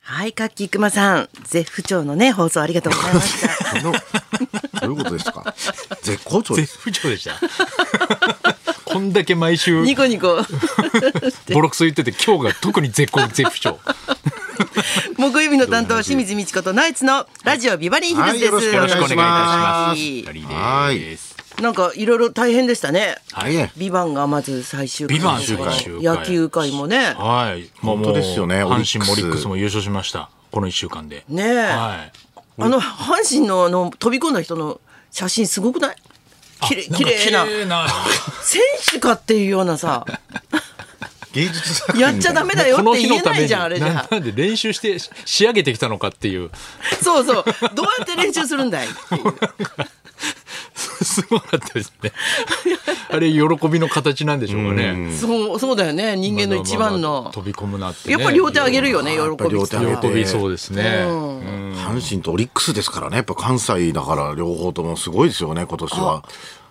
はい、かっきーくまさん、絶不調のね、放送ありがとうございました。 どうどういうことですか絶好調です絶不調でした。 こんだけ毎週ニコニ コ、ボロクソ言ってて今日が特に絶好絶 不調。木曜日の担当、清水美智子とナイツのラジオビバリーヒルズです。はいよろしくお願いいたしまお願いす。し二人はいです。ますなんか、いろいろ大変でしたね。はいえビバンがまず最終回ビバン最終回最終回野球界もね。はい。本当ですよねもう阪神もオオリリックックススも優勝しました。この一週間で。ねえはい。あの、阪神のあの、飛び込んだ人の写真すごくないきれい、綺麗な綺。麗な。選手かっていうような さ、芸術作品やっちゃダメだよこのって日言のえたなめいにじゃん、あれじゃななんで練習してし仕上げてきたのかっていう。 そうそう。どうやって練習するんだいっていうすごかったですね。あれ喜びの形なんでしょうかね。そう、そうだよね。人間の一番まあまあまのあ。飛び込むなってね。やっぱ両手上げるよね、やっぱ喜びっていうの両は手喜びそうですね。うん阪神とオリックスですからねやっぱ関西だから両方ともすごいですよね今年は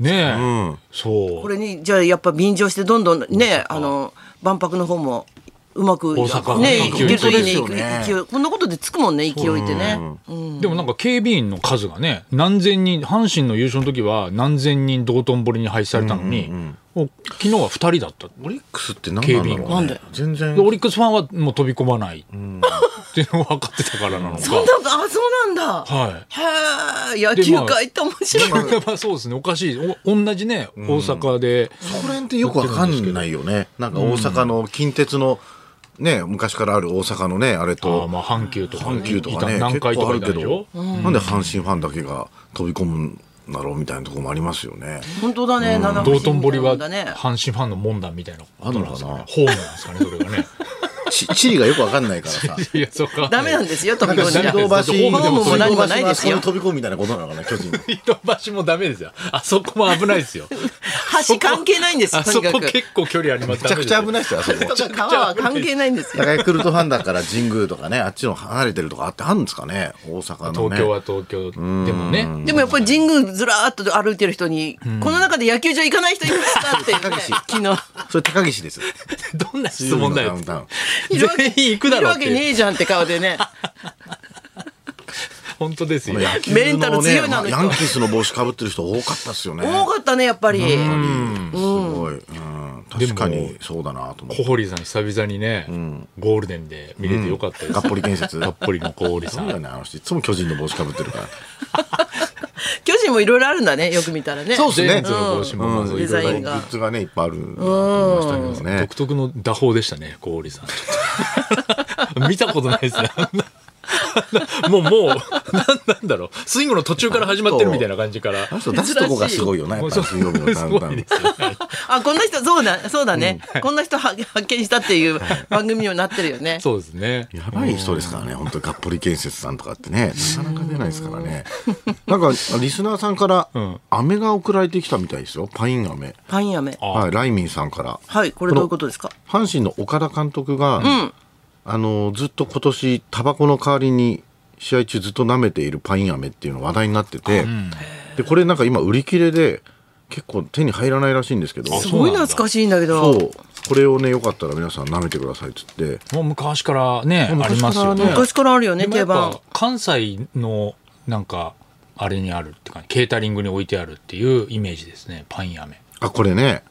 ねえ。そう。これに、じゃあやっぱ便乗してどんどんね、あの、万博の方もうまく、大阪ね、ねいけるといいね勢いですよね勢い。こんなことでつくもんね、勢いってね。うんでもなんか警備員の数がね何千人阪神の優勝の時は何千人道頓堀に配置されたのに、もう昨日は2人だったオリックスって何なんだ警ろう、備ね、なんで全然でオリックスファンはもう飛び込まないっていうのを分かってたからなのかそんな、あ、そうなんだ。はへえ、野球界って面白い。いまあ そうですねおかしいお同じね大阪で、そこら辺ってよくわかんないよねなんか大阪の近鉄のね昔からある大阪のねあれあとまあ阪急とか,、阪急とかね南結海と構あかるいたけでしょど、なんで阪神ファンだけが飛び込むんだろうみたいなところもありますよね本当だね、七道頓堀はだね阪。神ファンの門だみたいなことなんですかあんのねホームなんですかねそれが ねち地理がよくわかんないからさいやそうかダメなんですよ、飛び込んじゃ。水道橋ホームも何もないですよ。飛び込むみたいなことなのかな巨人井戸橋もダメですよあそこも危ない ですよ 橋関係ないんですよ、あとにそかこく。結構距離ありますめちゃくちゃ危いないですよあそこ川は関係ないんですよ。ヤクルトファンだから神宮とかねあっちの離れてるとかあってあるんですかね大阪のね東京は東京でもねでもやっぱり神宮ずらーっと歩いてる人に、この中で野球場行かない人いました っていうね、昨日。それ高岸ですどんな質問だよ水曜日のダウンいるわけ全員行くだろうっているわけねえじゃんって顔でね。本当ですよタウン野球のねメンタル強いなあの人ヤンキースの帽子かぶってる人多かったですよね多かったね、やっぱり。うんすごい、うん、確かにそうだなと思っ小て堀さん久々にねゴールデンで見れてよかったですがっぽり建設たっぷりの小堀そさうだよんねあの人いつも巨人の帽子かぶってるから巨人もいろいろあるんだね、よく見たらね。そうっすジねェーンズの帽子もまずデいザろインいがろグッズがねいっぱいあるなと思いましたけどね独特の打法でしたね小堀さんち ょっと見たことないですねあんなあんなもうもうなんなんだろうスイングの途中から始まってるみたいな感じからあの人出すとこがすごいよなやっぱり水曜日のダウンタウンあ、こんな人、そうだ、そうだね。こんな人は発見したっていう番組にもなってるよね。そうですねやばい人ですからね、本当にがっぽり建設さんとかってね、なかなか出ないですからね。なんか、リスナーさんから、飴が送られてきたみたいですよ、パイン飴。パン飴。はい、ライミンさんから。はい、これどういうことですか阪神の岡田監督が、あの、ずっと今年、タバコの代わりに、試合中ずっと舐めているパイン飴っていうの話題になってて、で、これなんか今売り切れで、結構手に入らないらしいんですけど、すそそうう。ごい懐かしいんだけど。これをね、よかったら皆さん舐めてくださいっつって、もう昔からねあり昔からねますよね昔からあるよね、でもや定っぱ番。関西のなんかあれにあるって感じケータリングに置いてあるっていうイメージですねパイン飴あ、これね、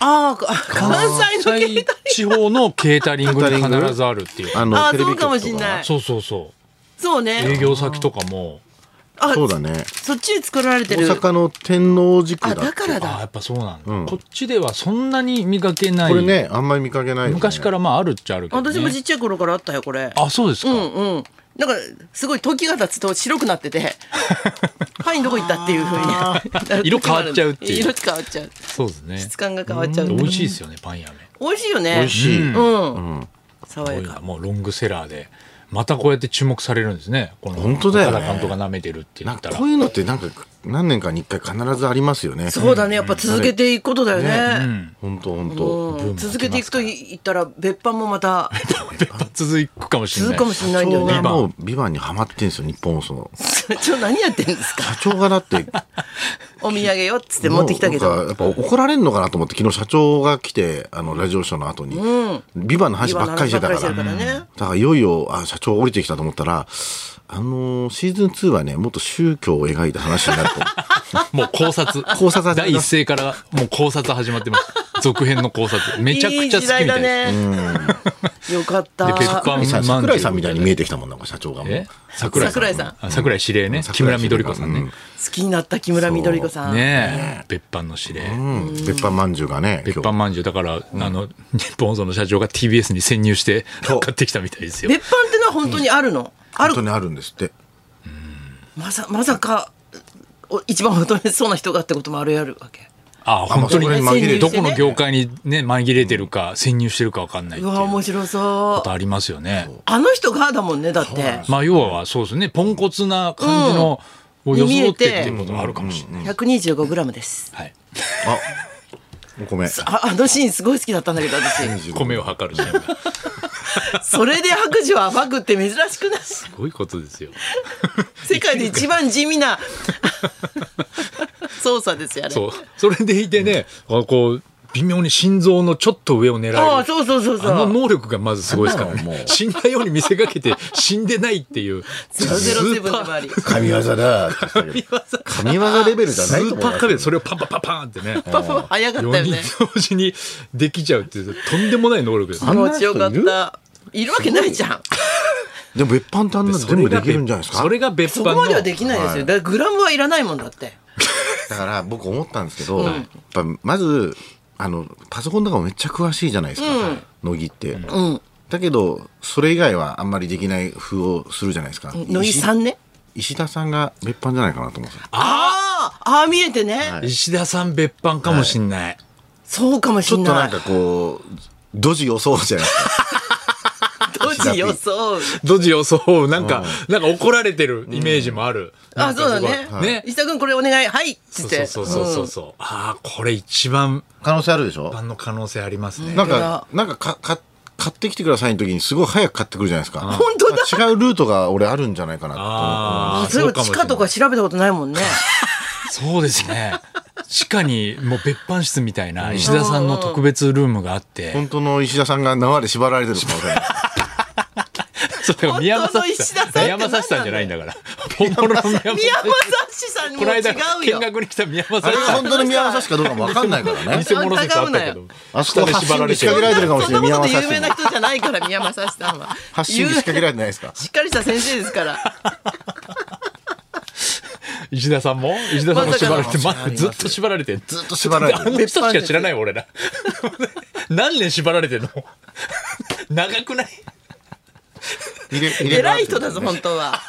ああ、関西の系関西地方のケータリングに必ずあるっていうあの、あーテレビそうかも局としんないそうそうそそうう営ね。業先とかもあ、そうだね。そっちで作られて大る。阪の天王寺あ、区だだってからああやだ。っぱそうなんだ、うんこっちではそんなに見かけないこれねあんまり見かけないよね昔からまああるっちゃあるけど、ね、私もちっちゃい頃からあったよ、これ。あそうですか、うんうん。なんか、すごい時が経つと白くなって て、パインどこ行ったっていうふうにな る時もある。色変わっちゃうっていう色変わっちゃう。そうですね質感が変わっちゃう。美味しいですよねパイン飴美味しいよね。美味しい、うん。爽こういやうのはか。もうロングセラーでまたこうやって注目されるんですねこの本当だよね岡田監督が舐めてるって言なんったからこういうのってなんか何年かに一回必ずありますよねそうだね、やっぱ続けていくことだよね。本当本う当ん続けていくと言ったら別版もま た別発続くかもしれ続くないかもしれないんだよ社長がね。もうビバンにハマってんですよ日本放送の 社長何やってんです か社長がだってお土産よっつって持ってきたけもうど。なんかやっぱ怒られるのかなと思って昨日社長が来てあのラジオショーの後に、ビバンの話ばっかりしてたからビバンの話ばっかりしてるからねだからいよいよあ社長降りてきたと思ったら、あのーシーズン2はね、もっと宗教を描いた話になる と思う。もう考察。考察始まります第一声からもう考察始まってます。続編の考察。めちゃくちゃ好きみたいいい時代だです。ね。よかっでペッパた。ーさマン桜井さんみたいに見えてきたもんなんか社長がもうえ。桜井さん。桜井さんあ桜井司令ね。木桜井村司令緑子さんね。好きになった木村みどり子さん。ねえ。別班の司令。うん。別班まんじゅうがね、別班まんじゅう、だから、あの、日本放送の社長が TBS に潜入してそう買ってきたみたいですよ。別班ってのは本当にあるの。あ本る当。にあるんですって。まさ、まさか。お一番求めそうな人がってこともあるやるわけ。ああ、本当にあまあそれに紛れてねどこの業界にね、紛れてるか、潜入してるか分かんないっうていうわ、こ面白そとう。ありますよね。あの人がだもんね、だって。まあ、要はそうですね、ポンコツな感じの、をに見装えっててっていうこともあるかもしれない。百二十五グラムです。はい。あ、お米。あ、あのシーンすごい好きだったんだけど、私。米を測るじゃん。すそれで白寿を暴くって珍しくない。ごいことですよ。 世界で一番地味な。操作ですよ、あれ。そう。それでいてね、あこう、微妙に心臓のちょっと上を狙える。ああ、そうそうそうそあのう。能力がまずすごいですからあんなのもねう。死んだように見せかけて死んでないっていう。ゼロゼロセブンでもあり。神業だって言ってたけど。神業レベルじゃスないとー思パうーよ。カメラ、それをパンパンパンパンってね。パパ 早かった4よね。人同時にできちゃうっていうとんでもない能力です。気持ちよかっあんなた。いるわけないじゃん。でも別班ってあんなの全部できるんじゃないですかそれが別そ班このまではできないですよ。だからグラムはいらないもんだって。だから僕思ったんですけど、やっぱまずあのパソコンとかもめっちゃ詳しいじゃないですか、乃木って、うん。だけどそれ以外はあんまりできない風をするじゃないですか乃木さんね。石田さんが別班じゃないかなと思うんですよああ、ああ見えてね。はい石田さん別班かもしんない。そうかもちしょんっとななんいか。こうドジ予想じゃないですか当時予想。ドジをそう、なんか、なんか怒られてるイメージもある。なあ、んかそうだすねごい。ね。石田君これお願い。はい。っつそっうて。そうそうそうそう。ああ、これ一番可能性あるでしょ版の可能性ありますね。なんかなんかかか買ってきてくださいの時にすごい早く買ってくるじゃないですか本当だ違うルートが俺あるんじゃないかなとあうあ、ん。そういえばもし地れな下とか調べたことないもんね。そうですね。地下にもう別班室みたいな石田さんの特別ルームがあって、本当の石田さんが縄で縛られてるかもしれ ないそれが宮本さ本当んの石田さんって何宮なんだよ本さんじゃないんだから。本物の宮本宮さん本さんさんもこの間違う見よ。学に来た宮本あさんれがが本当の宮正しかどうかも分かんないから ね偽物説あったけど、あそこで発縛信でられ仕てる掛けられてるかもそしんれなない宮こと正有名しな人じゃないから、宮正さんは。発信で仕掛けられてないですかしっかりした先生ですから。石田さんも石田さんもまさ縛からのれて、まずっと縛られて、ずずっと縛られあてのる人しか知らない俺ら。 何年縛られてんの 長くない入れ入れ替わ偉っている人だぞ、本当は。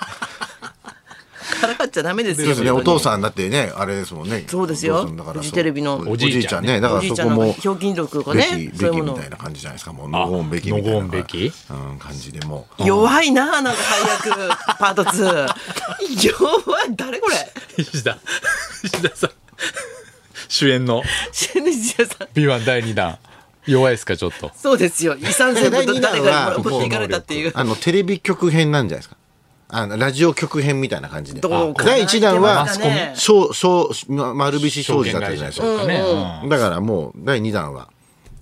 からかっちゃダメですそうよで。すねお父さんだってねあれですもんねそうですよお父さんだからフジテレビのおじいちゃんねだかおらじいそちゃんこのもひょうきん族がべきね、べきそういうものみたいな感じじゃないですかもうノゴーンべきみたいなノゴーンべきうん感じでもう弱いな、なんか配役、パート2。弱い、誰これ石田石田さん主演のシェヌジアさん。 B1 第2弾弱いですかちょっとそうで すよ。遺産全部第二弾誰はかに持っていかれたっていう。あのテレビ局編なんじゃないですかあのラジオ局編みたいな感じでどうかな第1弾はマスコミ小小丸菱商事だったじゃないですか証券会社とかね、うんだからもう第2弾は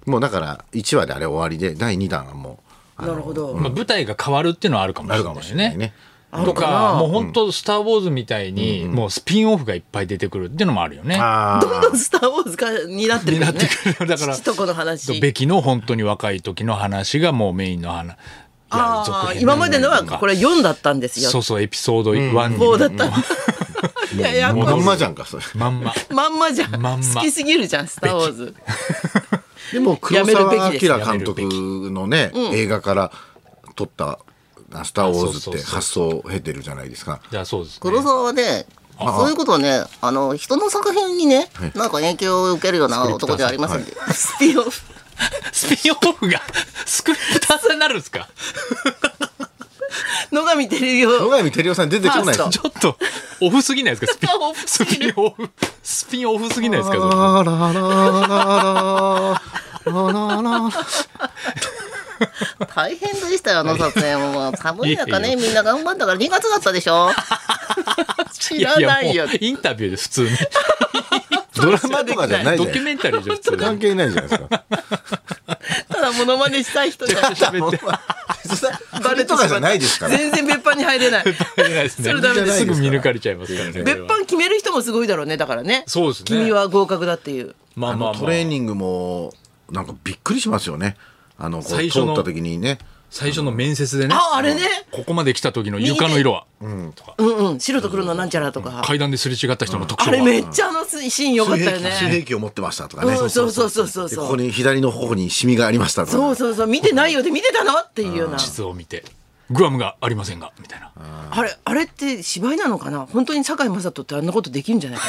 もうだから1話であれ終わりで第2弾はもうあなるのほど。まあ、舞台が変わるっていうのはあるかもしあれるなかいもしねれないね。あるとかかもうな。本当スター・ウォーズ」みたいにもうスピンオフがいっぱい出てくるっていうのもあるよね。あどんどんスター・ウォーズがになってるからね。になってくるだから父とこの話。べきの本当に若い時の話がもうメインの話ああ、今までのはこれれ4だったんですそよ。うそうエピソード1に、 4だった。 いや、やもうこまんしいまじゃんかそれ。まんままんまじゃん。まんま好きすぎるじゃん、スター・ウォーズ。でも黒やめるべ澤きです明監督のね映画から撮ったあ「スター・ウォーズ」そうっそうてそう発想を経てるじゃないですか。じゃあそうです、ね、黒沢はね、そういうことをね、あの、人の作品にね、なんか影響を受けるような男ではありませんで。スピンオフ。スピンオフがスクリプターさんになるんですか野上照代野上照代さん出てこないファースちょっと、オフすぎないですかスピン オフすスピンオフ、スピンオフすぎないですかそれラララララララ大変でしたよ、あの撮影も。もう寒い中いやね、みんな頑張ったから2月だったでしょ。 知らないよややもうインタビューで普通に。ドラマとかじゃないじドゃないキュメンタリーじゃん普通に。関係ないじゃないですか。ただモノマネしたい人じゃん喋って。バレてしまったとかじゃないですから全然別班に入れ ない。入れないですねそれダメですすぐ見抜かれちゃいますからね別班決める人もすごいだろうね。だからね。そうですね君は合格だっていう。まああまのあまあトレーニングもなんかびっくりしますよねあのこう最初通のった時にね最初の面接でねああれねここまで来た時の床の色はうんうん。白と黒のなんちゃらとか。階段ですれ違った人の特徴あはれめっちゃあのシーン良かったよね。水平器を持ってましたとかね、うん、そうそうそうそうでそう。ここに左の方にシミがありましたとかね、そうそうそう見てないようで見てたのっていうような。地図を見てグアムがありませんがみたいなあれあれって芝居なのかな。本当に堺雅人ってあんなことできるんじゃないか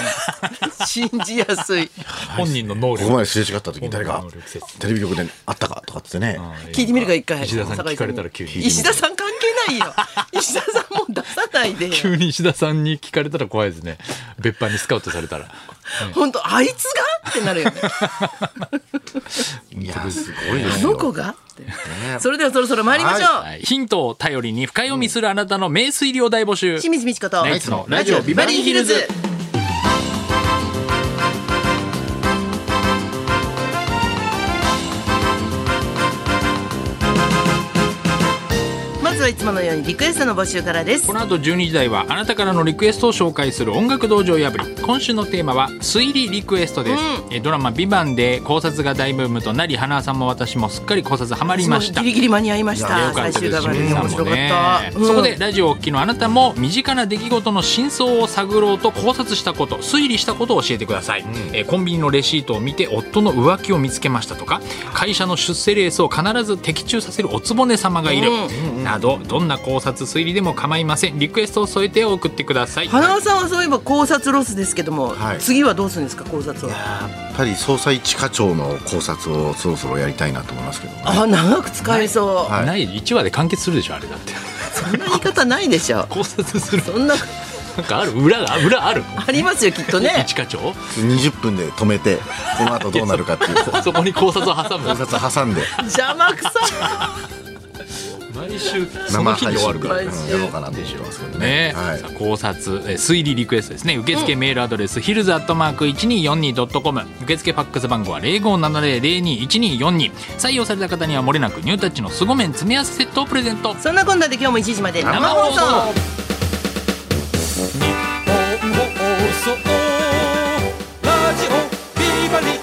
な。 信じやすい。本人のこ能こま力ですれ違った時に誰か本能力説明テレビ局で会ったかとかってね、聞いてみるか一回。石田さんに堺聞かれたら急に石田さん関係ない よ。石田さんもう出さないでよ。急に石田さんに聞かれたら怖いですね別班にスカウトされたら本当あいつがってなるよ ね。いやすごいであすのよ子がって。それではそろそろ参りましょう。はいヒントを頼りに深読みするあなたの名推理を大募集清水美智子とナイツのラジオビバリーヒルズ。まずはいつものようにリクエストの募集からですこ。の後12時台はあなたからのリクエストを紹介する音楽道場破り今週のテーマは推理リクエストです、えドラマ「ビバンで考察が大ブームとなり花さんも私もすっかり考察ハマりましたギリギリ間に合いましいやた。よかっ最終たです話まで清水面さ白んもかっねた。うんそこでラジオをお聞きのあなたも身近な出来事の真相を探ろうと考察したこと推理したことを教えてください、えーコンビニのレシートを見て夫の浮気を見つけましたとか会社の出世レースを必ず的中させるおつぼね様がいる、などどんな考察推理でも構いませんリクエストを添えて送ってください花輪さんはそういえば考察ロスですけども、はい次はどうするんですか考察は。やっぱり総裁地下庁の考察をそろそろやりたいなと思いますけど、ね、あ長く使えそう。はいない1話で完結するでしょあれだってそんな言い方ないでしょ。 考察するそんななんかある裏が裏あるありますよきっと ね。一課長20分で止めてこの後どうなるかっていう考そこに考察を 挟む察挟んで邪魔くさ。毎週そ生の日に配終信わるでかやら毎週ろうかなと思ってますけどねね、はいさあ考察、えー推理リクエストですね受付メールアドレス、ヒルズアットマーク 1242.com 受付ファックス番号は0570021242採用された方にはもれなくニュータッチの凄麺詰め合わせセットをプレゼントそんなこんなで今日も1時まで生生放放送送。ラジオビバリー